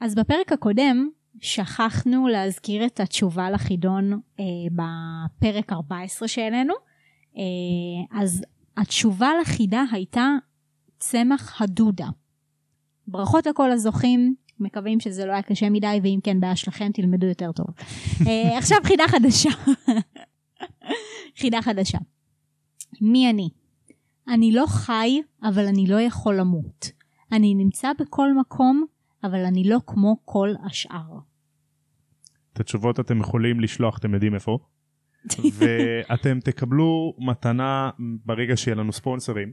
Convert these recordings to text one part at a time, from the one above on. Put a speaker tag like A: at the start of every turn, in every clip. A: אז בפרק הקודם שכחנו להזכיר את התשובה לחידון אה, בפרק 14 שהעלינו. אה, אז התשובה לחידה הייתה צמח הדודה. ברכות לכל הזוכים, מקווים שזה לא היה קשה מדי, ואם כן בעיה שלכם תלמדו יותר טוב. אה, עכשיו חידה חדשה. חידה חדשה. מי אני? אני לא חי, אבל אני לא יכול למות. אני נמצא בכל מקום, אבל אני לא כמו כל השאר.
B: את התשובות אתם יכולים לשלוח, אתם יודעים איפה. ואתם תקבלו מתנה ברגע שיהיה לנו ספונסרים,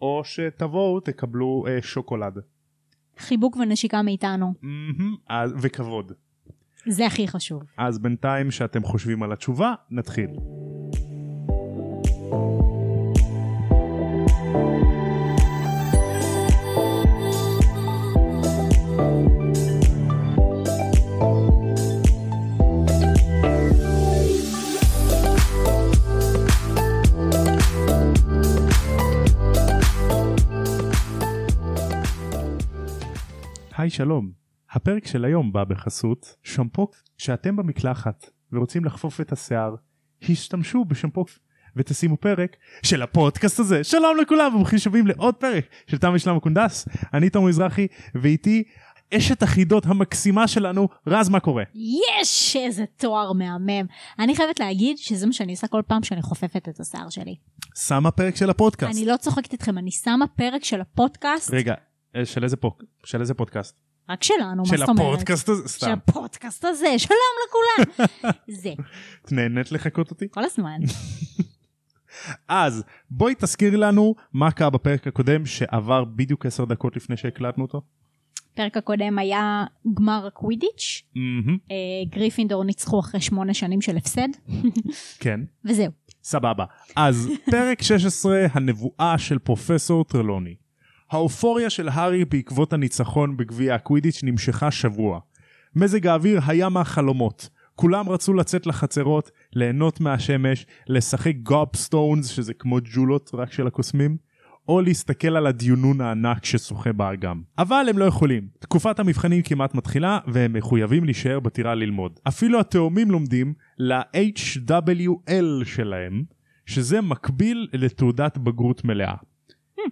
B: או שתבואו תקבלו אה, שוקולד.
A: חיבוק ונשיקה מאיתנו,
B: מהמם, אז- וכבוד.
A: זה הכי חשוב.
B: אז בינתיים שאתם חושבים על התשובה, נתחיל. היי שלום, הפרק של היום בא בחסות שמפו כשאתם במקלחת ורוצים לחפוף את השיער, השתמשו בשמפו ותשימו פרק של הפודקאסט הזה. שלום לכולם וברוכים שבים לעוד פרק של תם ושלמה קונדס, אני תום מזרחי ואיתי אשת החידות המקסימה שלנו, רז מה קורה?
A: יש! איזה תואר מהמם. אני חייבת להגיד שזה מה שאני עושה כל פעם שאני חופפת את השיער שלי.
B: שמה פרק של הפודקאסט.
A: אני לא צוחקת איתכם, אני שמה פרק של הפודקאסט,
B: רגע, אה, של איזה פוק? של איזה פודקאסט?
A: רק שלנו, לא, מה
B: של
A: זאת אומרת?
B: הפודקאסט הזה?
A: של
B: סתם,
A: הפודקאסט הזה, שלום לכולם. זה,
B: את נהנית לחקות אותי?
A: כל הזמן.
B: אז בואי תזכירי לנו מה קרה בפרק הקודם שעבר בדיוק 10 דקות לפני שהקלטנו אותו.
A: הפרק הקודם היה גמר הקווידיץ',
B: מהמם,
A: אה, גריפינדור ניצחו אחרי שמונה שנים של הפסד,
B: כן,
A: וזהו.
B: סבבה. אז פרק 16, הנבואה של פרופסור טרלוני. האופוריה של הארי בעקבות הניצחון בגביע הקווידיץ' נמשכה שבוע. מזג האוויר היה מהחלומות. כולם רצו לצאת לחצרות, ליהנות מהשמש, לשחק גובסטונס, שזה כמו ג'ולות רק של הקוסמים, או להסתכל על הדיונון הענק ששוחה באגם. אבל הם לא יכולים. תקופת המבחנים כמעט מתחילה, והם מחויבים להישאר בטירה ללמוד. אפילו התאומים לומדים ל-HWL שלהם, שזה מקביל לתעודת בגרות מלאה.
A: Hmm.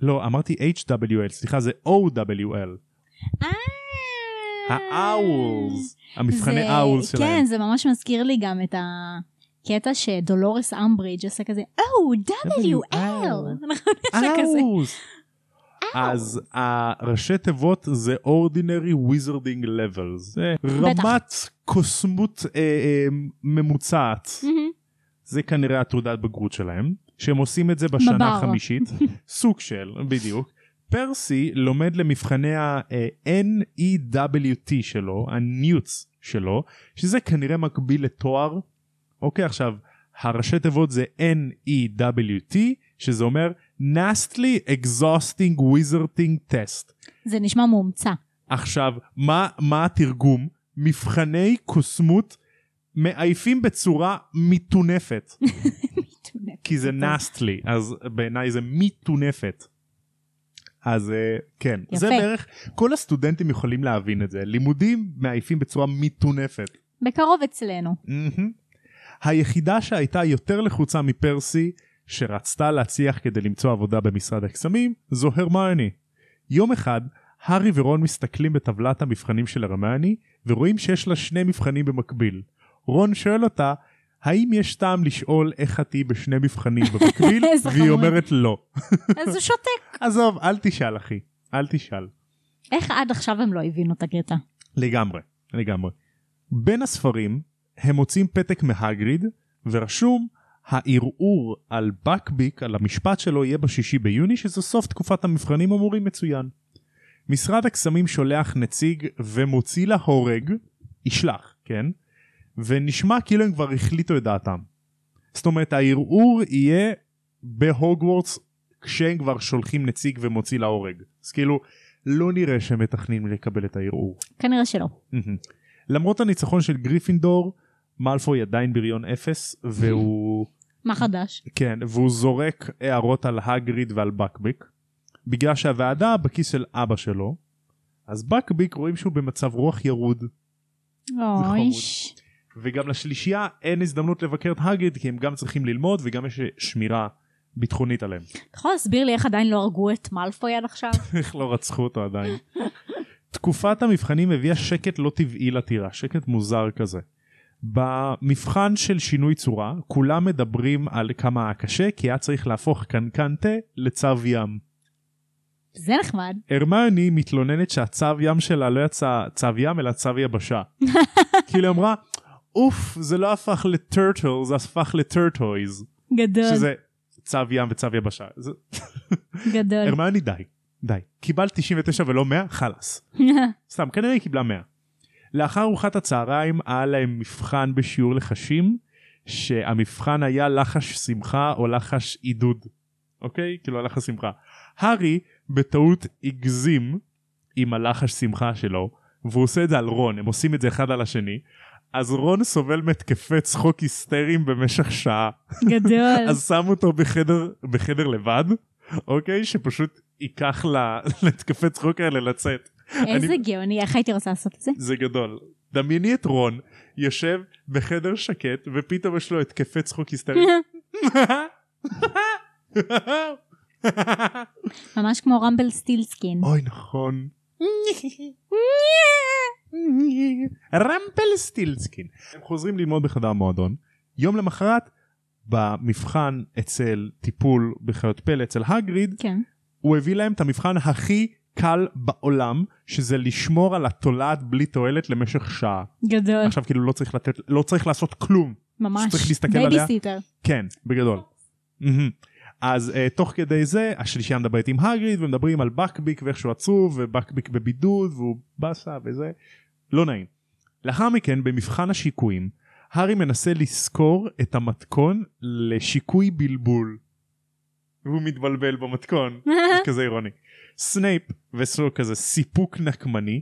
B: לא, אמרתי HWL, סליחה, זה OWL.
A: אה!
B: האאולס, המבחני
A: זה-
B: האאולס שלהם.
A: כן, זה ממש מזכיר לי גם את הקטע שדולורס אמברידג' עושה כזה, "Oh, או, WL. משהו כזה.
B: האאולס. אז הראשי תיבות זה Ordinary Wizarding Levels, זה
A: בטח.
B: רמת קוסמות אה, אה, ממוצעת,
A: מהמם.
B: זה כנראה התעודת בגרות שלהם, שהם עושים את זה בשנה
A: מב"ר.
B: החמישית, סוג של, בדיוק. פרסי לומד למבחני אה, ה-NEWT E שלו, E הניוץ שלו, שזה כנראה מקביל לתואר. אוקיי, עכשיו, הראשי תיבות זה NEWT, שזה אומר Nastly Exhausting Wizarding Test.
A: זה נשמע מומצא.
B: עכשיו, מה, מה התרגום? מבחני קוסמות מעייפים בצורה מטונפת. כי
A: אוקיי.
B: זה נסטלי אז בעיניי זה מטונפת. אז אה, כן
A: יפה.
B: זה בערך כל הסטודנטים יכולים להבין את זה לימודים מעייפים בצורה מטונפת.
A: בקרוב אצלנו.
B: מהמם. היחידה שהייתה יותר לחוצה מפרסי שרצתה להצליח כדי למצוא עבודה במשרד הקסמים זו הרמיוני. יום אחד הארי ורון מסתכלים בטבלת המבחנים של הרמיוני ורואים שיש לה שני מבחנים במקביל. רון שואל אותה האם יש טעם לשאול איך את תהיי בשני מבחנים במקביל
A: איזה
B: והיא
A: חמוד.
B: אומרת לא.
A: אז הוא שותק.
B: עזוב אל תשאל אחי אל תשאל.
A: איך עד עכשיו הם לא הבינו את הקטע?
B: לגמרי, לגמרי. בין הספרים הם מוצאים פתק מהגריד ורשום הערעור על בקביק על המשפט שלו יהיה בשישי ביוני שזה סוף תקופת המבחנים אמורים מצוין. משרד הקסמים שולח נציג ומוציא להורג, ישלח, כן? ונשמע כאילו הם כבר החליטו את דעתם. זאת אומרת הערעור יהיה בהוגוורטס כשהם כבר שולחים נציג ומוציא להורג. אז כאילו לא נראה שהם מתכננים לקבל את הערעור.
A: כנראה שלא.
B: מהמם. למרות הניצחון של גריפינדור, מאלפוי עדיין בריון אפס, והוא,
A: מה חדש?
B: כן, והוא זורק הערות על הגריד ועל בקביק, בגלל שהוועדה בכיס של אבא שלו, אז בקביק רואים שהוא במצב רוח ירוד, חמוד.
A: אויש.
B: וגם לשלישייה אין הזדמנות לבקר את הגריד כי הם גם צריכים ללמוד וגם יש שמירה ביטחונית עליהם.
A: אתה יכול להסביר לי איך עדיין לא הרגו את מאלפוי עד עכשיו?
B: איך לא רצחו אותו עדיין. תקופת המבחנים הביאה שקט לא טבעי לטירה, שקט מוזר כזה. במבחן של שינוי צורה, כולם מדברים על כמה היה קשה, כי היה צריך להפוך קנקן תה לצב ים.
A: זה נחמד.
B: הרמיוני מתלוננת שהצב ים שלה לא יצא צב ים, אלא צב יבשה. כאילו היא אמרה, אוף, זה לא הפך לטורטל, זה הפך לטורטויז.
A: גדול,
B: שזה צב ים וצב יבשה. זה...
A: גדול.
B: הרמיוני די, די. קיבלת 99 ולא 100, חלאס. סתם, כנראה היא קיבלה 100. לאחר ארוחת הצהריים היה להם מבחן בשיעור לחשים, שהמבחן היה לחש שמחה או לחש עידוד, אוקיי? כאילו הלחש שמחה. הארי בטעות הגזים עם הלחש שמחה שלו, והוא עושה את זה על רון, הם עושים את זה אחד על השני, אז רון סובל מהתקפי צחוק היסטריים במשך שעה.
A: גדול.
B: אז שם אותו בחדר, בחדר לבד, אוקיי? שפשוט ייקח ל- להתקפי צחוק האלה לצאת.
A: איזה גאוני, איך הייתי רוצה לעשות את זה?
B: זה גדול. דמייני את רון יושב בחדר שקט ופתאום יש לו התקפי צחוק היסטרי.
A: ממש כמו רמבל סטילסקין.
B: אוי נכון. רמפל סטילסקין. הם חוזרים ללמוד בחדר המועדון. יום למחרת במבחן אצל טיפול בחיות פלא אצל הגריד
A: כן.
B: הוא הביא להם את המבחן הכי קל בעולם שזה לשמור על התולעת בלי תועלת למשך שעה.
A: גדול.
B: עכשיו כאילו לא צריך לתת לא צריך לעשות כלום
A: ממש.
B: שצריך להסתכל עליה.
A: בייביסיטר.
B: כן, בגדול. מהמם. אז uh, תוך כדי זה השלישייה מדברת עם הגריד ומדברים על בקביק ואיך שהוא עצוב ובקביק בבידוד והוא באסה וזה לא נעים. לאחר מכן במבחן השיקויים הארי מנסה לזכור את המתכון לשיקוי בלבול. והוא מתבלבל במתכון זה כזה אירוני. סנייפ וסלו כזה סיפוק נקמני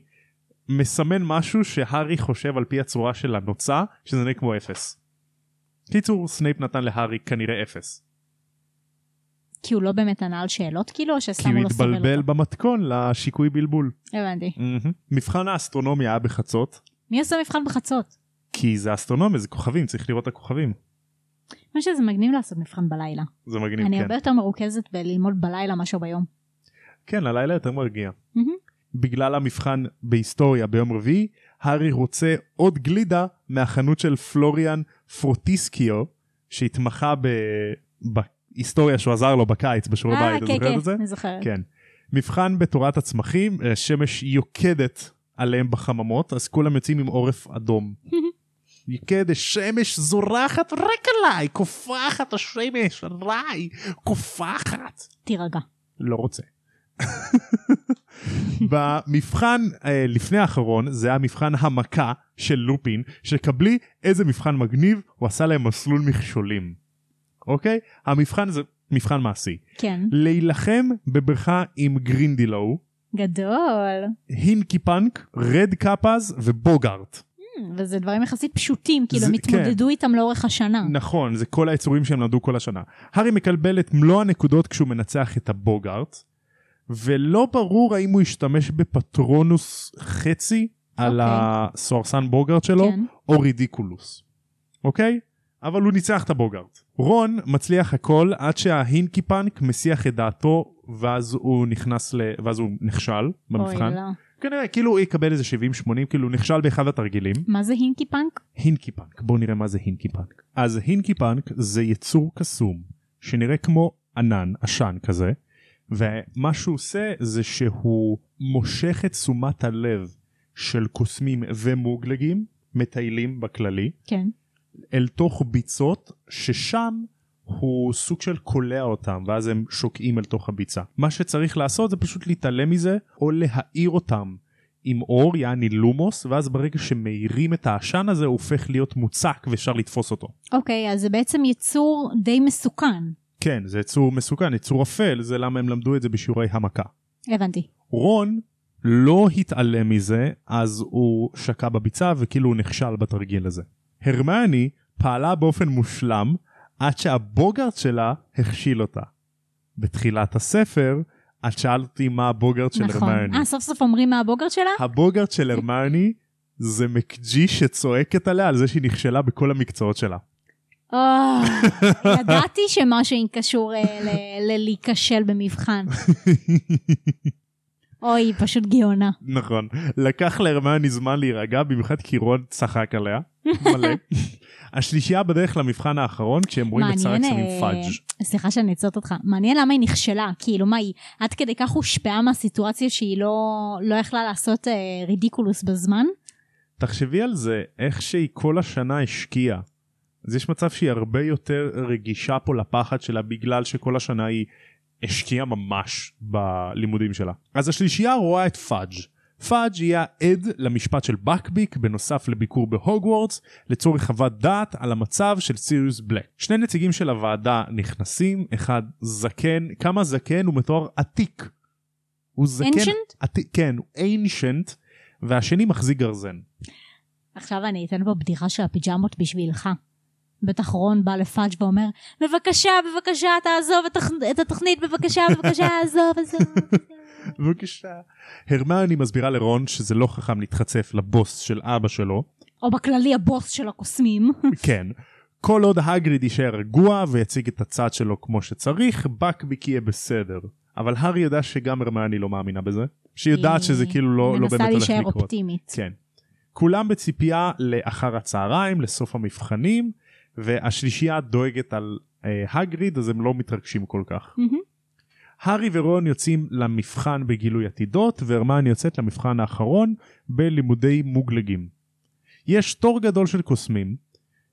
B: מסמן משהו שהארי חושב על פי הצורה של הנוצה שזה נראה כמו אפס. קיצור סנייפ נתן להארי כנראה אפס.
A: כי הוא לא באמת ענה על שאלות כאילו, או
B: כי
A: שסתם
B: הוא
A: הוא לא סובל
B: התבלבל
A: אותו?
B: במתכון לשיקוי בלבול.
A: הבנתי.
B: מבחן האסטרונומיה היה בחצות
A: מי עושה מבחן בחצות?
B: כי זה אסטרונומיה זה כוכבים צריך לראות את הכוכבים.
A: אני חושבת שזה מגניב לעשות מבחן בלילה.
B: זה מגניב
A: אני
B: כן.
A: הרבה יותר מרוכזת בללמוד בלילה מאשר ביום.
B: כן הלילה יותר מרגיע.
A: מהמם.
B: בגלל המבחן בהיסטוריה ביום רביעי הארי רוצה עוד גלידה מהחנות של פלוריאן פרוטיסקיו שהתמחה ב... בהיסטוריה שהוא עזר לו בקיץ בשיעורי
A: אה,
B: בית. לא את
A: כן,
B: זוכרת את זה?
A: כן, אני זוכרת.
B: כן. מבחן בתורת הצמחים, אה, שמש יוקדת עליהם בחממות, אז כולם יוצאים עם עורף אדום. יוקד השמש זורחת רק עליי, קופחת השמש עליי, קופחת.
A: תירגע.
B: לא רוצה. במבחן אה, לפני האחרון זה היה מבחן המכה של לופין שקבלי איזה מבחן מגניב הוא עשה להם מסלול מכשולים. אוקיי? המבחן זה מבחן מעשי.
A: כן.
B: להילחם בבריכה עם גרינדילו,
A: גדול.
B: הינקי פאנק, רד קפאז ובוגארט.
A: Hmm, וזה דברים יחסית פשוטים, כאילו
B: זה- כן.
A: הם התמודדו איתם לאורך השנה.
B: נכון, זה כל היצורים שהם למדו כל השנה. הארי מקבל את מלוא הנקודות כשהוא מנצח את הבוגארט, ולא ברור האם הוא ישתמש בפטרונוס חצי על
A: אוקיי.
B: הסוהרסן בוגארט שלו,
A: כן.
B: או רידיקולוס, אוקיי? אבל הוא ניצח את הבוגארט. רון מצליח הכל עד שההינקי פאנק מסיח את דעתו, ואז הוא נכנס ל... ואז הוא נכשל במבחן.
A: אוי, לא.
B: כנראה, כאילו הוא יקבל איזה 70-80, כאילו הוא נכשל באחד התרגילים.
A: מה זה הינקי פאנק?
B: הינקי פאנק, בואו נראה מה זה הינקי פאנק. אז הינקי פאנק זה יצור קסום, שנראה כמו ענן, עשן כזה, ומה שהוא עושה זה שהוא מושך את תשומת הלב של קוסמים ומוגלגים, מטיילים בכללי,
A: כן.
B: אל תוך ביצות ששם הוא סוג של קולע אותם ואז הם שוקעים אל תוך הביצה. מה שצריך לעשות זה פשוט להתעלם מזה או להאיר אותם עם אור יעני לומוס ואז ברגע שמאירים את העשן הזה הוא הופך להיות מוצק ואפשר לתפוס אותו.
A: אוקיי, אז זה בעצם יצור די מסוכן.
B: כן זה יצור מסוכן יצור אפל זה למה הם למדו את זה בשיעורי המכה.
A: הבנתי.
B: רון לא התעלם מזה, אז הוא שקע בביצה וכאילו הוא נכשל בתרגיל הזה. הרמני פעלה באופן מושלם עד שהבוגרט שלה הכשיל אותה. בתחילת הספר, את שאלת אותי מה הבוגרט של
A: נכון.
B: הרמיוני.
A: אה, סוף סוף אומרים מה הבוגרט שלה?
B: הבוגרט של הרמיוני זה מקג'י שצועקת עליה על זה שהיא נכשלה בכל המקצועות שלה.
A: אה, ידעתי שמשהו עם קשור אה, ל- ללהיכשל במבחן. אוי, היא פשוט גאונה.
B: נכון. לקח להרמיוני זמן להירגע, במיוחד כי רון צחק עליה. מלא. השלישייה בדרך למבחן האחרון, כשהם רואים את
A: מעניין,
B: סרקס עם
A: אה,
B: פאג'.
A: סליחה שאני עוצרת אותך. מעניין למה היא נכשלה. כאילו, מה היא, עד כדי כך הושפעה מהסיטואציה שהיא לא, לא יכלה לעשות אה, רידיקולוס בזמן?
B: תחשבי על זה, איך שהיא כל השנה השקיעה. אז יש מצב שהיא הרבה יותר רגישה פה לפחד שלה בגלל שכל השנה היא השקיעה ממש בלימודים שלה. אז השלישייה רואה את פאג'. פאג' יהיה עד למשפט של בקביק בנוסף לביקור בהוגוורטס לצורך חוות דעת על המצב של סיריוס בלק. שני נציגים של הוועדה נכנסים, אחד זקן, כמה זקן הוא מתואר עתיק. הוא זקן...
A: Ancient?
B: עתיק, כן, הוא ancient, והשני מחזיק גרזן.
A: עכשיו אני אתן פה בדיחה של הפיג'מות בשבילך. בטח רון בא לפאג' ואומר, בבקשה, בבקשה, תעזוב את, התכ... את התוכנית, בבקשה, בבקשה, עזוב, עזוב.
B: בבקשה. הרמיוני מסבירה לרון שזה לא חכם להתחצף לבוס של אבא שלו.
A: או בכללי הבוס של הקוסמים.
B: כן. כל עוד הגריד יישאר רגוע ויציג את הצד שלו כמו שצריך, בקביק יהיה בסדר. אבל הארי יודע שגם הרמיוני לא מאמינה בזה. שהיא יודעת שזה כאילו לא, לא באמת
A: מנסה
B: הולך לקרות.
A: להישאר אופטימית.
B: כן. כולם בציפייה לאחר הצהריים, לסוף המבחנים, והשלישייה דואגת על אה, הגריד, אז הם לא מתרגשים כל כך.
A: מהמם.
B: הארי ורון יוצאים למבחן בגילוי עתידות, והרמן יוצאת למבחן האחרון בלימודי מוגלגים. יש תור גדול של קוסמים,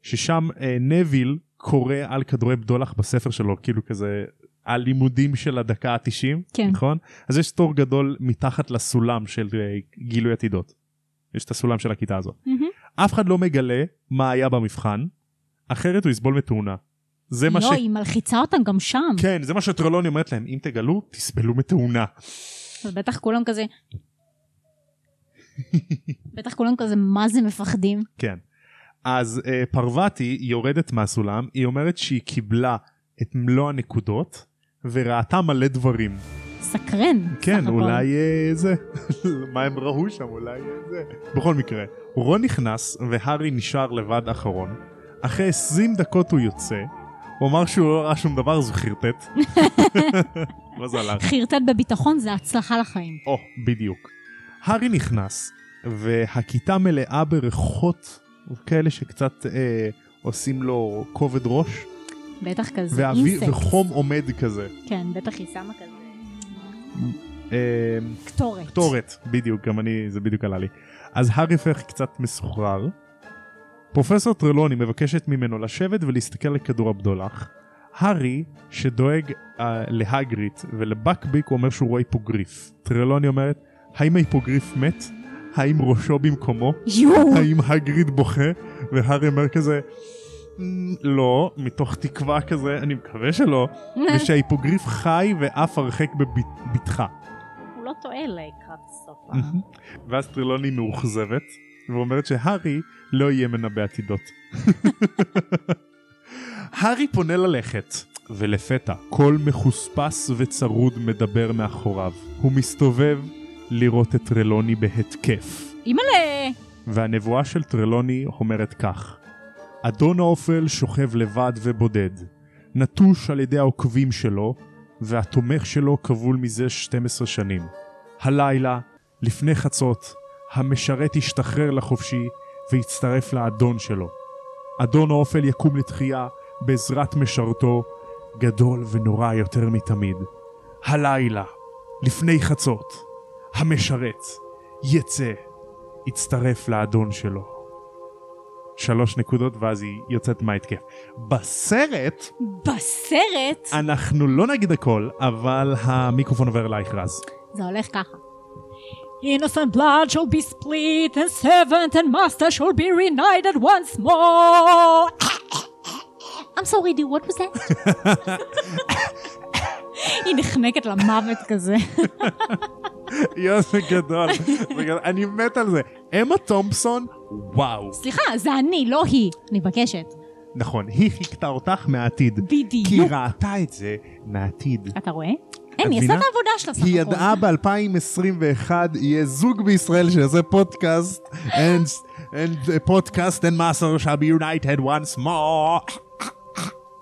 B: ששם אה, נביל קורא על כדורי בדולח בספר שלו, כאילו כזה, הלימודים של הדקה ה-90,
A: כן.
B: נכון? אז יש תור גדול מתחת לסולם של אה, גילוי עתידות. יש את הסולם של הכיתה הזאת.
A: מהמם.
B: אף אחד לא מגלה מה היה במבחן, אחרת הוא יסבול מתאונה. זה מה ש...
A: לא, היא מלחיצה אותם גם שם.
B: כן, זה מה שטרלוני אומרת להם, אם תגלו, תסבלו מתאונה. כן.
A: אז בטח כולם כזה... בטח כולם כזה, מה זה מפחדים?
B: כן. אז אה, פרווטי יורדת מהסולם, היא אומרת שהיא קיבלה את מלוא הנקודות, וראתה מלא דברים.
A: סקרן.
B: כן,
A: סך הכל.
B: אולי אה, זה, מה הם ראו שם, אולי אה, זה. בכל מקרה, רון נכנס והארי נשאר לבד אחרון. אחרי 20 דקות הוא יוצא, הוא אמר שהוא לא ראה שום דבר, אז הוא חרטט. ואז הלך.
A: חרטט בביטחון זה הצלחה לחיים.
B: או, בדיוק. הארי נכנס, והכיתה מלאה בריחות כאלה שקצת אה, עושים לו כובד ראש,
A: בטח כזה
B: והאוויר
A: אינסקט.
B: וחום עומד כזה.
A: כן, בטח היא שמה כזה
B: אה,
A: קטורת.
B: קטורת, בדיוק, גם אני, זה בדיוק עלה לי. אז הארי הופך קצת מסוחרר. פרופסור טרלוני מבקשת ממנו לשבת ולהסתכל על כדור הבדולח. הארי, שדואג uh, להגריט ולבקביק, הוא אומר שהוא רואה היפוגריף. טרלוני אומרת, האם ההיפוגריף מת? האם ראשו במקומו?
A: יואו!
B: האם הגריד בוכה? והארי אומר כזה, "מ, לא, מתוך תקווה כזה, אני מקווה שלא,
A: אה,
B: ושההיפוגריף חי ועף הרחק בבטחה.
A: הוא לא טועה לקראת הסוף. אה.
B: ואז טרילוני מאוכזבת, ואומרת שהארי לא יהיה מנבא עתידות. הארי פונה ללכת, ולפתע קול מחוספס וצרוד מדבר מאחוריו. הוא מסתובב לראות את טרלוני בהתקף,
A: אימא'לה!
B: והנבואה של טרלוני אומרת כך: אדון האופל שוכב לבד ובודד, נטוש על ידי העוקבים שלו, והתומך שלו כבול מזה 12 שנים. הלילה, לפני חצות, המשרת ישתחרר לחופשי ויצטרף לאדון שלו. אדון האופל יקום לתחייה בעזרת משרתו, גדול ונורא יותר מתמיד. הלילה, לפני חצות, המשרת יצא, יצטרף לאדון שלו. שלוש נקודות ואז היא יוצאת מההתקף. בסרט
A: בסרט
B: אנחנו לא נגיד הכל, אבל המיקרופון עובר אלייך רז.
A: זה הולך ככה. Innocent blood shall be split and servant and master shall be reunited once more. I'm sorry, dude, what was that? היא נחנקת למוות כזה.
B: יואו, זה גדול. זה גדול. אני מת על זה. אמה תומפסון, וואו.
A: סליחה, זה אני, לא היא. אני מבקשת.
B: נכון, היא חיכתה אותך מהעתיד. כי
A: בדיוק.
B: היא ראתה את זה מהעתיד.
A: אתה רואה? אין, היא עשתה
B: מבינה?
A: את העבודה שלה סך
C: היא
A: הכל.
C: ידעה ב-2021 יהיה זוג בישראל שיעשה פודקאסט, and- and
B: אה,
C: the podcast and master shall be united once more.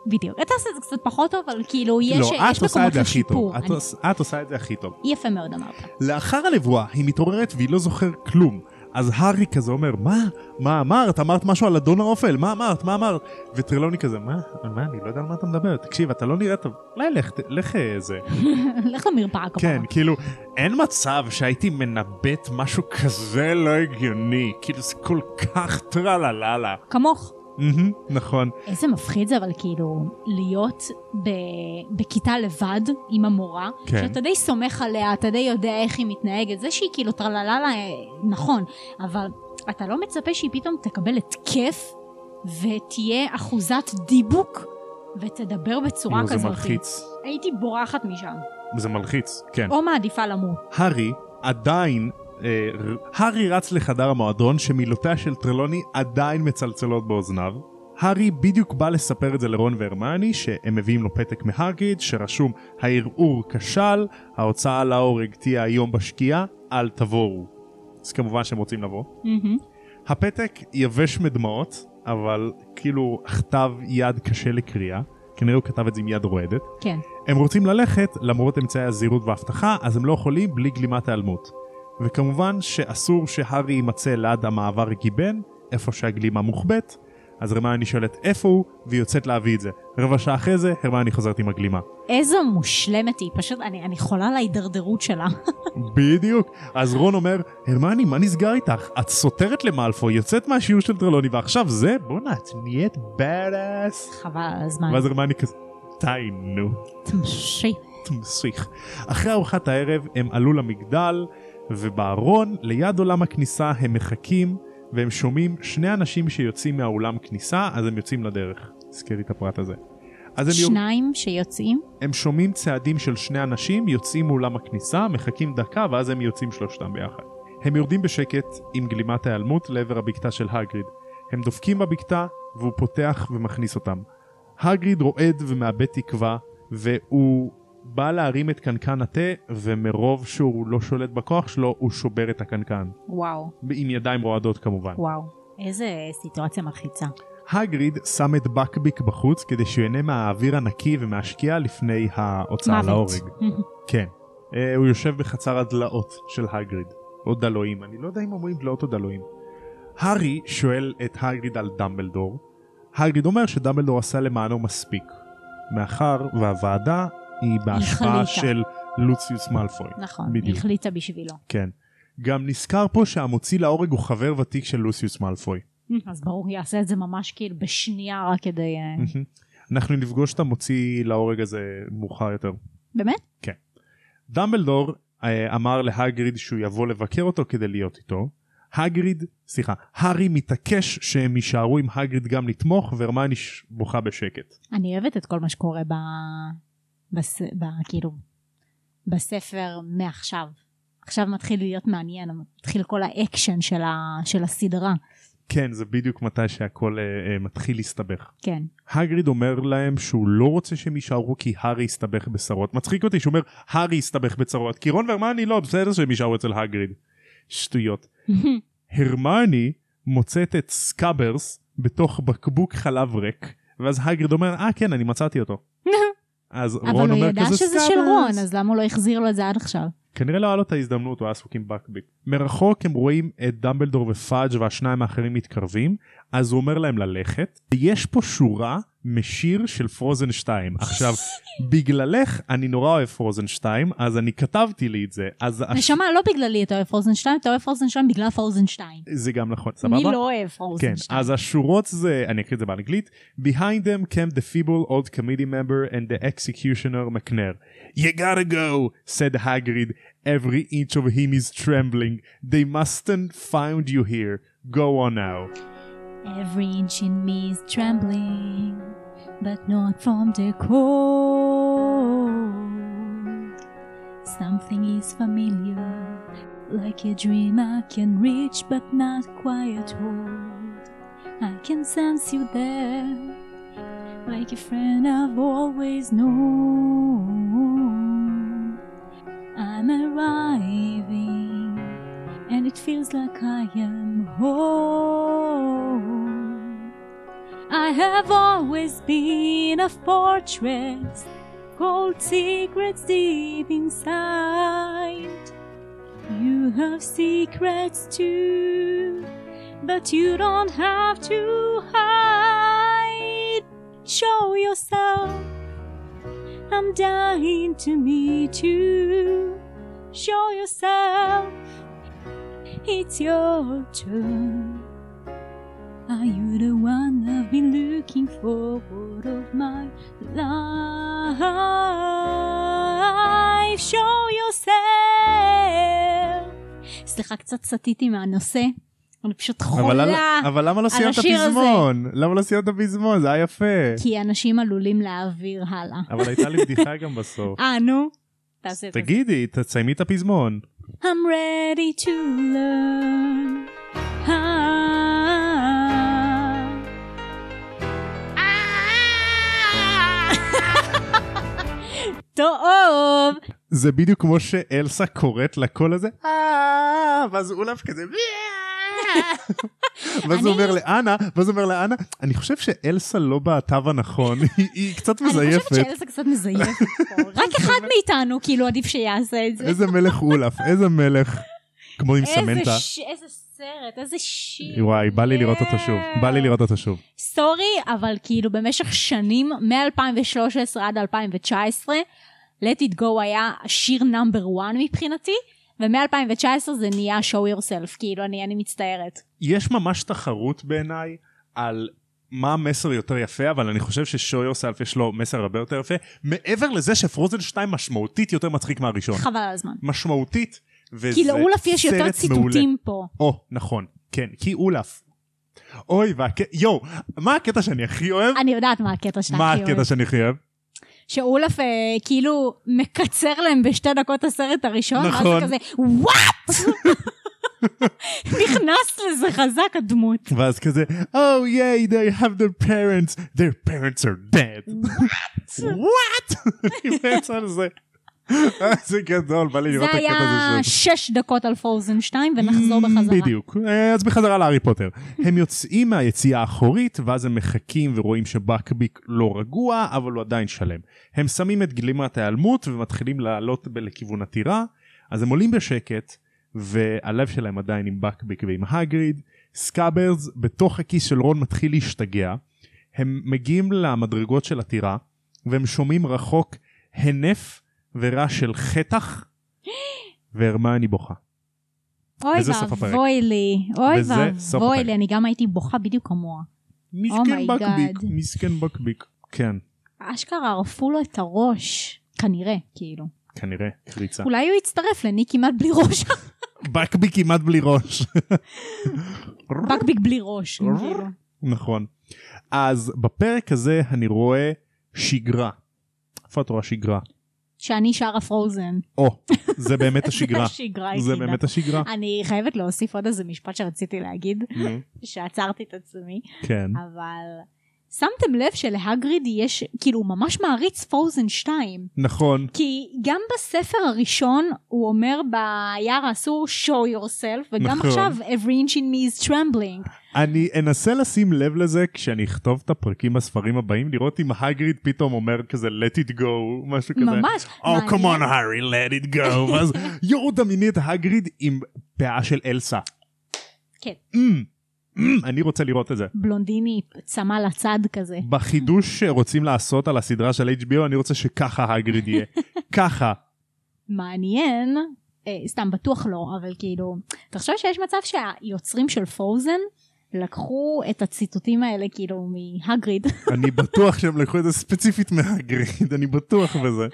A: בדיוק. את עושה את זה קצת פחות טוב, אבל כאילו, יש
B: לא,
A: יש
B: את עושה את
A: מקומות
B: זה הכי טוב.
A: לשיפור.
B: את
A: אני-
B: עוש- את עושה את זה הכי טוב.
A: יפה מאוד אמרת.
B: לאחר הנבואה היא מתעוררת והיא לא זוכר כלום. אז הארי כזה אומר, מה? מה אמרת? אמרת משהו על אדון האופל, מה אמרת? מה אמרת? וטרלוני כזה, מה? על מה? אני לא יודע על מה אתה מדבר. תקשיב, אתה לא נראה טוב. אולי לך, ת- לך אה, זה.
A: לך למרפאה כבר.
B: כן, כאילו, אין מצב שהייתי מנבט משהו כזה לא הגיוני. כאילו, זה כל כך טרללה.
A: כמוך.
B: מהמם, נכון.
A: איזה מפחיד זה, אבל כאילו, להיות ב... בכיתה לבד עם המורה,
B: כן.
A: שאתה די סומך עליה, אתה די יודע איך היא מתנהגת, זה שהיא כאילו טרללה, לה, נכון, אבל אתה לא מצפה שהיא פתאום תקבל התקף ותהיה אחוזת דיבוק ותדבר בצורה
B: לא,
A: כזאת.
B: זה מלחיץ.
A: הייתי בורחת משם,
B: זה מלחיץ, כן.
A: או מעדיפה למות.
B: הארי עדיין, אה, ר- הארי רץ לחדר המועדון שמילותיה של טרלוני עדיין מצלצלות באוזניו. הארי בדיוק בא לספר את זה לרון והרמני שהם מביאים לו פתק מהגריד שרשום הערעור כשל, ההוצאה להורג תהיה היום בשקיעה, אל תבואו. אז כמובן שהם רוצים לבוא.
A: מהמם.
B: הפתק יבש מדמעות, אבל כאילו כתב יד קשה לקריאה, כנראה הוא כתב את זה עם יד רועדת.
A: כן.
B: הם רוצים ללכת למרות אמצעי הזהירות והאבטחה, אז הם לא יכולים בלי גלימת היעלמות. וכמובן שאסור שהארי יימצא ליד המעבר גיבן, איפה שהגלימה מוחבאת, אז הרמיוני שואלת איפה הוא, והיא יוצאת להביא את זה. רבע שעה אחרי זה, הרמיוני חוזרת עם הגלימה.
A: איזו מושלמת היא, פשוט אני, אני חולה על ההידרדרות שלה.
B: בדיוק. אז רון אומר, הרמיוני, מה נסגר איתך? את סותרת למאלפוי, יוצאת מהשיעור של טרלוני, ועכשיו זה? בואנה, את נהיית badass.
A: חבל על הזמן.
B: ואז הרמיוני כזה, די נו.
A: תמשי.
B: מסריח. אחרי ארוחת הערב הם עלו למגדל, ובארון ליד עולם הכניסה הם מחכים, והם שומעים שני אנשים שיוצאים מהאולם כניסה, אז הם יוצאים לדרך. תזכרי את הפרט הזה. אז הם, יור...
A: שניים שיוצאים?
B: הם שומעים צעדים של שני אנשים, יוצאים מאולם הכניסה, מחכים דקה, ואז הם יוצאים שלושתם ביחד. הם יורדים בשקט עם גלימת ההיעלמות לעבר הבקתה של הגריד. הם דופקים בבקתה, והוא פותח ומכניס אותם. הגריד רועד ומאבד תקווה, והוא בא להרים את קנקן התה, ומרוב שהוא לא שולט בכוח שלו, הוא שובר את הקנקן.
A: וואו.
B: עם ידיים רועדות כמובן.
A: וואו, איזה סיטואציה מלחיצה.
B: הגריד שם את בקביק בחוץ כדי שהוא ייהנה מהאוויר הנקי ומהשקיעה לפני ההוצאה להורג. כן. אה, הוא יושב בחצר הדלעות של הגריד, או דלואים, אני לא יודע אם אומרים דלעות או דלואים. הארי שואל את הגריד על דמבלדור. הגריד אומר שדמבלדור עשה למענו מספיק, מאחר והוועדה היא בהשפעה
A: החליטה.
B: של לוציוס מאלפוי.
A: נכון,
B: בדיוק.
A: החליטה בשבילו.
B: כן. גם נזכר פה שהמוציא להורג הוא חבר ותיק של לוציוס מאלפוי.
A: אז ברור, היא יעשה את זה ממש כאילו בשנייה רק כדי... אה,
B: מהמם. אנחנו נפגוש את המוציא להורג הזה מאוחר יותר. כן.
A: באמת?
B: דמבלדור אה, אמר להגריד שהוא יבוא לבקר אותו כדי להיות איתו. הגריד, סליחה, הארי מתעקש שהם יישארו עם הגריד גם לתמוך, והרמני ש- בוכה בשקט.
A: אני אוהבת את כל מה שקורה ב... בס... ב... כאילו, בספר מעכשיו. עכשיו מתחיל להיות מעניין, מתחיל כל האקשן של, ה... של הסדרה.
B: כן, זה בדיוק מתי שהכל אה, אה, מתחיל להסתבך.
A: כן.
B: הגריד אומר להם שהוא לא רוצה שהם יישארו כי הארי הסתבך בצרות. מצחיק אותי שהוא אומר, הארי הסתבך בצרות, כי רון והרמני לא, בסדר שהם יישארו אצל הגריד. שטויות. הרמני מוצאת את סקאברס בתוך בקבוק חלב ריק, ואז הגריד אומר, אה כן, אני מצאתי אותו. אז
A: אבל
B: רון
A: הוא
B: אומר
A: ידע
B: כזה
A: שזה של רון, אז למה הוא לא החזיר לו את זה עד עכשיו?
B: כנראה לא היה לו את ההזדמנות, הוא היה עסוק עם בקביק. מרחוק הם רואים את דמבלדור ופאג' והשניים האחרים מתקרבים, אז הוא אומר להם ללכת. יש פה שורה משיר של פרוזן 2. עכשיו, בגללך אני נורא אוהב פרוזן 2, אז אני כתבתי לי את זה. אז הש-
A: נשמה, לא בגללי אתה אוהב פרוזן 2, אתה אוהב פרוזן 2 בגלל פרוזן 2.
B: זה גם נכון, סבבה?
A: מי לא אוהב פרוזן
B: כן,
A: 2?
B: אז השורות זה, אני אקריא את זה באנגלית, Behind them came the feeble old committee member and the executioner McNair. You gotta go, said Hagrid, every inch of him is trembling, they mustn't find you here, go on now.
A: Every inch in me is trembling, but not from the cold. Something is familiar, like a dream I can reach but not quite hold. I can sense you there, like a friend I've always known. I'm arriving, and it feels like I am home. I have always been a fortress, cold secrets deep inside. You have secrets too, but you don't have to hide. Show yourself. I'm dying to meet you. Show yourself. It's your turn. Are you the one I've been looking for all of my life? show yourself. סליחה, קצת סטיתי מהנושא. אני פשוט
B: אבל
A: חולה.
B: למה- אבל למה לא סיימת
A: השיר הזה.
B: פזמון? למה לא סיימת פזמון? זה היה יפה.
A: כי אנשים עלולים להעביר הלאה.
B: אבל הייתה לי בדיחה גם בסוף.
A: אה, נו. תעשה את זה.
B: תגידי, תסיימי את הפזמון.
A: I'm ready to learn how. אה. טוב,
B: זה בדיוק כמו שאלסה קוראת לקול הזה, "אה", ואז אולם כזה, "אה". ואז הוא
A: אני-
B: אומר לאנה, ואז הוא אומר לאנה, אני חושב שאלסה לא בתו הנכון, היא- היא קצת
A: אני חושבת
B: מזייפת.
A: שאלסה קצת מזייפת פה. רק אחד מאיתנו כאילו עדיף שיעשה את זה.
B: איזה מלך אולף, איזה מלך. כמו עם סמנטה.
A: איזה ש- איזה סרט, איזה שיר.
B: וואי, בא לי לראות אותו שוב,
A: אה.
B: בא לי לראות אותו שוב.
A: סורי, אבל כאילו במשך שנים, מ-2013 עד 2019, Let It Go היה שיר נאמבר 1 מבחינתי, ומ-2019 זה נהיה show yourself, כאילו אני, אני מצטערת.
B: יש ממש תחרות בעיניי על מה המסר יותר יפה, אבל אני חושב ששו יורסלף יש לו מסר הרבה יותר יפה, מעבר לזה שפרוזן 2 משמעותית יותר מצחיק מהראשון.
A: חבל על הזמן.
B: משמעותית, וזה
A: כי לאולף כאילו, יש יותר
B: סרט
A: ציטוטים פה.
B: מעולה. או, נכון, כן, כי אולף. אוי, והק... יואו, מה הקטע שאני הכי אוהב?
A: אני יודעת מה הקטע שלך.
B: מה
A: כי הוא-
B: הקטע שאני הכי אוהב?
A: שאולף אה, כאילו מקצר להם בשתי דקות את הסרט הראשון,
B: נכון.
A: ואז זה כזה, וואט! נכנס לזה חזק הדמות.
B: ואז כזה, Oh yeah, they have their parents, their parents are dead. What? אני באמצע על זה. אה, זה גדול, בא לי לראות
A: זה
B: את הקטע הזה
A: היה
B: שוב.
A: שש דקות על פרוזן 2 ונחזור בחזרה.
B: Mm, בדיוק. אה, אז בחזרה להארי פוטר. הם יוצאים מהיציאה האחורית, ואז הם מחכים ורואים שבקביק לא רגוע, אבל הוא עדיין שלם. הם שמים את גלימת ההיעלמות ומתחילים לעלות ב- לכיוון הטירה, אז הם עולים בשקט, והלב שלהם עדיין עם בקביק ועם הגריד. סקאברס בתוך הכיס של רון מתחיל להשתגע. הם מגיעים למדרגות של הטירה, והם שומעים רחוק הנף ורעש של חטח, והרמיוני בוכה.
A: אוי
B: וזה סוף הפרק.
A: ואבוי לי, אוי
B: וזה סוף
A: ואבוי
B: הפרק.
A: לי, אני גם הייתי בוכה בדיוק כמוה.
B: מסכן
A: Oh my
B: בקביק,
A: God.
B: מסכן בקביק. כן,
A: אשכרה ערפו לו את הראש, כנראה, כאילו.
B: כנראה, קריצה.
A: אולי הוא יצטרף לני כמעט בלי ראש,
B: בקביק כמעט בלי ראש.
A: בקביק בלי ראש. כאילו.
B: נכון. אז בפרק הזה אני רואה שגרה. איפה את רואה שגרה?
A: שאני שרה פרוזן.
B: או, זה באמת השגרה.
A: זה השגרה
B: זה
A: היחידה.
B: באמת השגרה.
A: אני חייבת להוסיף עוד איזה משפט שרציתי להגיד, שעצרתי את עצמי,
B: כן.
A: אבל שמתם לב שלהגריד יש, כאילו, הוא ממש מעריץ פרוזן 2.
B: נכון.
A: כי גם בספר הראשון הוא אומר ביער האסור show yourself וגם
B: נכון.
A: עכשיו every inch in me is trembling.
B: אני אנסה לשים לב לזה כשאני אכתוב את הפרקים בספרים הבאים, לראות אם הגריד פתאום אומר כזה let it go, משהו כזה. "Oh,
A: ממש.
B: או
A: מעניין.
B: קומון הארי, let it go. ואז יואו, דמייני את הגריד עם פאה של אלסה.
A: כן.
B: Mm, mm, אני רוצה לראות את זה.
A: בלונדיני צמא לצד כזה.
B: בחידוש שרוצים לעשות על הסדרה של HBO, אני רוצה שככה הגריד יהיה. ככה.
A: מעניין. אה, סתם בטוח לא אבל כאילו תחשוב שיש מצב שהיוצרים של פרוזן לקחו את הציטוטים האלה כאילו מהגריד.
B: אני בטוח שהם לקחו את זה ספציפית מהגריד, אני בטוח בזה.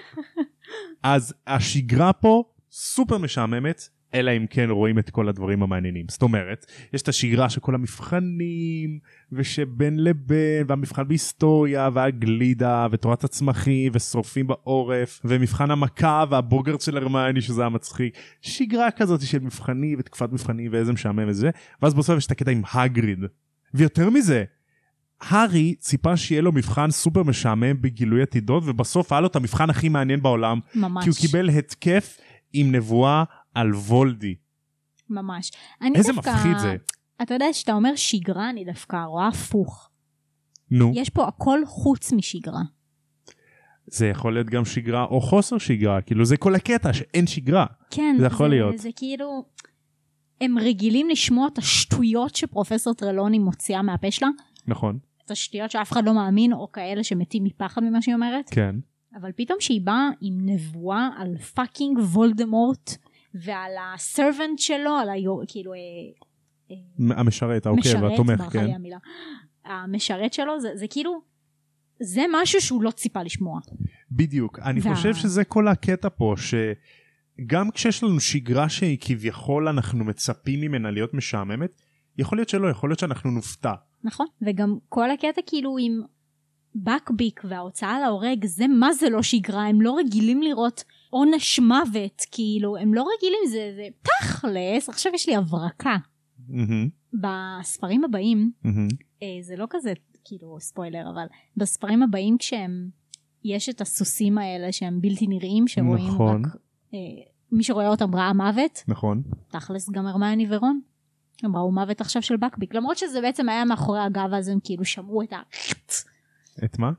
B: אז השגרה פה סופר משעממת, אלא אם כן רואים את כל הדברים המעניינים. זאת אומרת, יש את השגרה של כל המבחנים, ושבין לבין, והמבחן בהיסטוריה, והגלידה, ותורת הצמחים, ושרופים בעורף, ומבחן המכה, והבוגרט של הרמייני, שזה היה מצחיק. שגרה כזאת של מבחני, ותקופת מבחני, ואיזה משעמם וזה, ואז בסוף יש את הקטע עם הגריד. ויותר מזה, הארי ציפה שיהיה לו מבחן סופר משעמם בגילוי עתידות, ובסוף היה לו את המבחן הכי מעניין בעולם,
A: ממש.
B: כי הוא קיבל התקף עם נבואה על וולדי.
A: ממש. אני
B: איזה
A: דווקא-
B: מפחיד זה.
A: אתה יודע, כשאתה אומר שגרה, אני דווקא רואה הפוך.
B: נו,
A: יש פה הכל חוץ משגרה.
B: זה יכול להיות גם שגרה או חוסר שגרה, כאילו זה כל הקטע שאין שגרה.
A: כן,
B: זה יכול להיות.
A: זה כאילו... הם רגילים לשמוע את השטויות שפרופסור טרלוני מוציאה מהפה שלה,
B: נכון,
A: את השטויות שאף אחד לא מאמין, או כאלה שמתים מפחד ממה שהיא אומרת,
B: כן.
A: אבל פתאום שהיא באה עם נבואה על פאקינג וולדמורט, ועל הסרבנט שלו, על היו... כאילו... אה, אה,
B: המשרת, העוקב, התומך,
A: ברחה לי
B: כן.
A: המילה. המשרת שלו, זה, זה כאילו... זה משהו שהוא לא ציפה לשמוע.
B: בדיוק. אני
A: וה-
B: חושב שזה כל הקטע פה, שגם כשיש לנו שגרה שהיא כביכול אנחנו מצפים ממנה להיות משעממת, יכול להיות שלא, יכול להיות שאנחנו נופתע.
A: נכון, וגם כל הקטע כאילו עם בקביק וההוצאה להורג זה מה זה לא שגרה, הם לא רגילים לראות עונש מוות, כאילו, הם לא רגילים, זה, זה תכלס, עכשיו יש לי הברקה.
B: מהמם,
A: בספרים הבאים,
B: מהמם.
A: אה, זה לא כזה כאילו ספוילר, אבל בספרים הבאים כשהם, יש את הסוסים האלה שהם בלתי נראים, שרואים
B: נכון.
A: רק, אה, מי שרואה אותם ראה מוות,
B: נכון.
A: תכלס גם הרמיוני ורון. הם ראו מוות עכשיו של בקביק, למרות שזה בעצם היה מאחורי הגב, אז הם כאילו שמעו את ה...
B: את מה?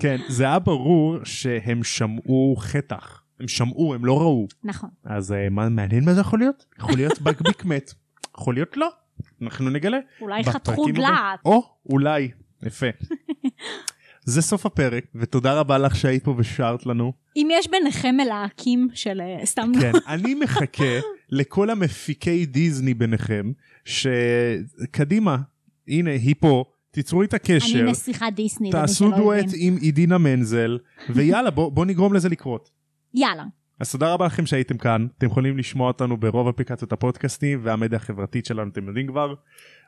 B: כן, זה היה ברור שהם שמעו חטח. הם שמעו, הם לא ראו.
A: נכון.
B: אז אה, מה מעניין מה זה יכול להיות? יכול להיות בקביק מת. יכול להיות לא. אנחנו נגלה.
A: אולי
B: בפרקים
A: אה, חתכו
B: הבאים.
A: דלעת.
B: או אולי. יפה. זה סוף הפרק, ותודה רבה לך שהיית פה ושרת לנו.
A: אם יש ביניכם מלהקים של... אה, סתם לא.
B: כן, אני מחכה לכל המפיקי דיסני ביניכם, שקדימה, הנה, היא פה, תיצרו איתה קשר.
A: אני נסיכה דיסני, למי
B: תעשו
A: שלא
B: דואט
A: הבין.
B: עם עידינה מנזל, ויאללה בוא, בוא נגרום לזה לקרות.
A: יאללה.
B: אז תודה רבה לכם שהייתם כאן, אתם יכולים לשמוע אותנו ברוב אפליקציות הפודקאסטים והמדיה החברתית שלנו, אתם יודעים כבר.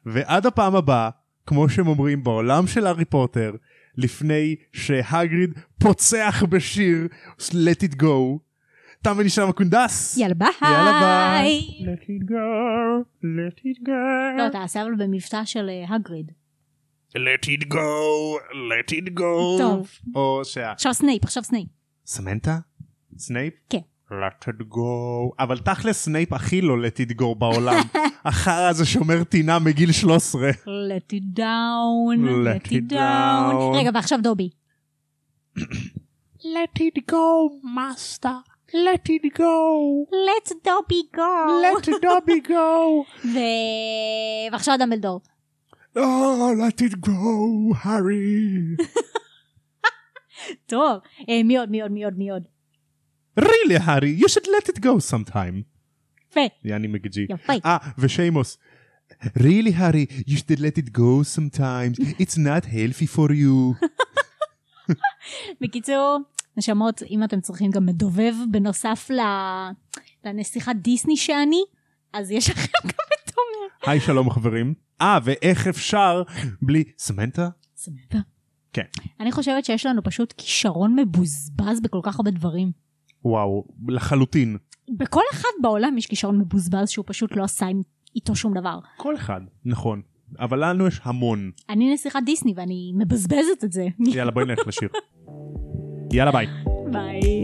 B: ועד הפעם הבאה, כמו שהם אומרים בעולם של הארי פוטר, לפני שהגריד פוצח בשיר Let it go, תם ונשאר מקונדס.
A: יאללה ביי.
B: יאללה ביי. Let it go, let it go.
A: לא, תעשה אבל במבטא של אה, הגריד.
B: Let it go, let it go.
A: טוב.
B: או שה...
A: עכשיו סנייפ, עכשיו סנייפ.
B: סמנטה? סנייפ?
A: כן.
B: let it go. אבל תכל'ס סנייפ הכי לא let it go בעולם. החרא הזה שומר טינה מגיל 13.
A: let it down,
B: Let
A: let
B: it
A: it down.
B: down.
A: רגע, ועכשיו דובי.
C: Let it go, master. Let it go.
A: let דובי go.
C: Let Dobby go.
A: ו- ועכשיו דמבלדור.
C: Oh, let it go, Harry.
A: טוב. אה, מי עוד, מי עוד, מי עוד, מי עוד.
B: really, הארי, you should let it go sometime.
A: יפה,
B: יעני מגג'י.
A: יפה.
B: אה, ושיימוס. really, הארי, you should let it go sometimes. It's not healthy for you.
A: בקיצור, נשמות, אם אתם צריכים גם מדובב בנוסף ל- לנסיכת דיסני שאני, אז יש לכם גם את תומר.
B: היי, שלום חברים. אה, ואיך אפשר בלי... סמנטה?
A: סבבה.
B: כן.
A: אני חושבת שיש לנו פשוט כישרון מבוזבז בכל כך הרבה דברים.
B: וואו, לחלוטין.
A: בכל אחד בעולם יש כישרון מבוזבז שהוא פשוט לא עשה עם- איתו שום דבר.
B: כל אחד, נכון. אבל לנו יש המון.
A: אני נסיכת דיסני ואני מבזבזת את זה.
B: יאללה, בואי נלך לשיר. יאללה, ביי.
A: ביי.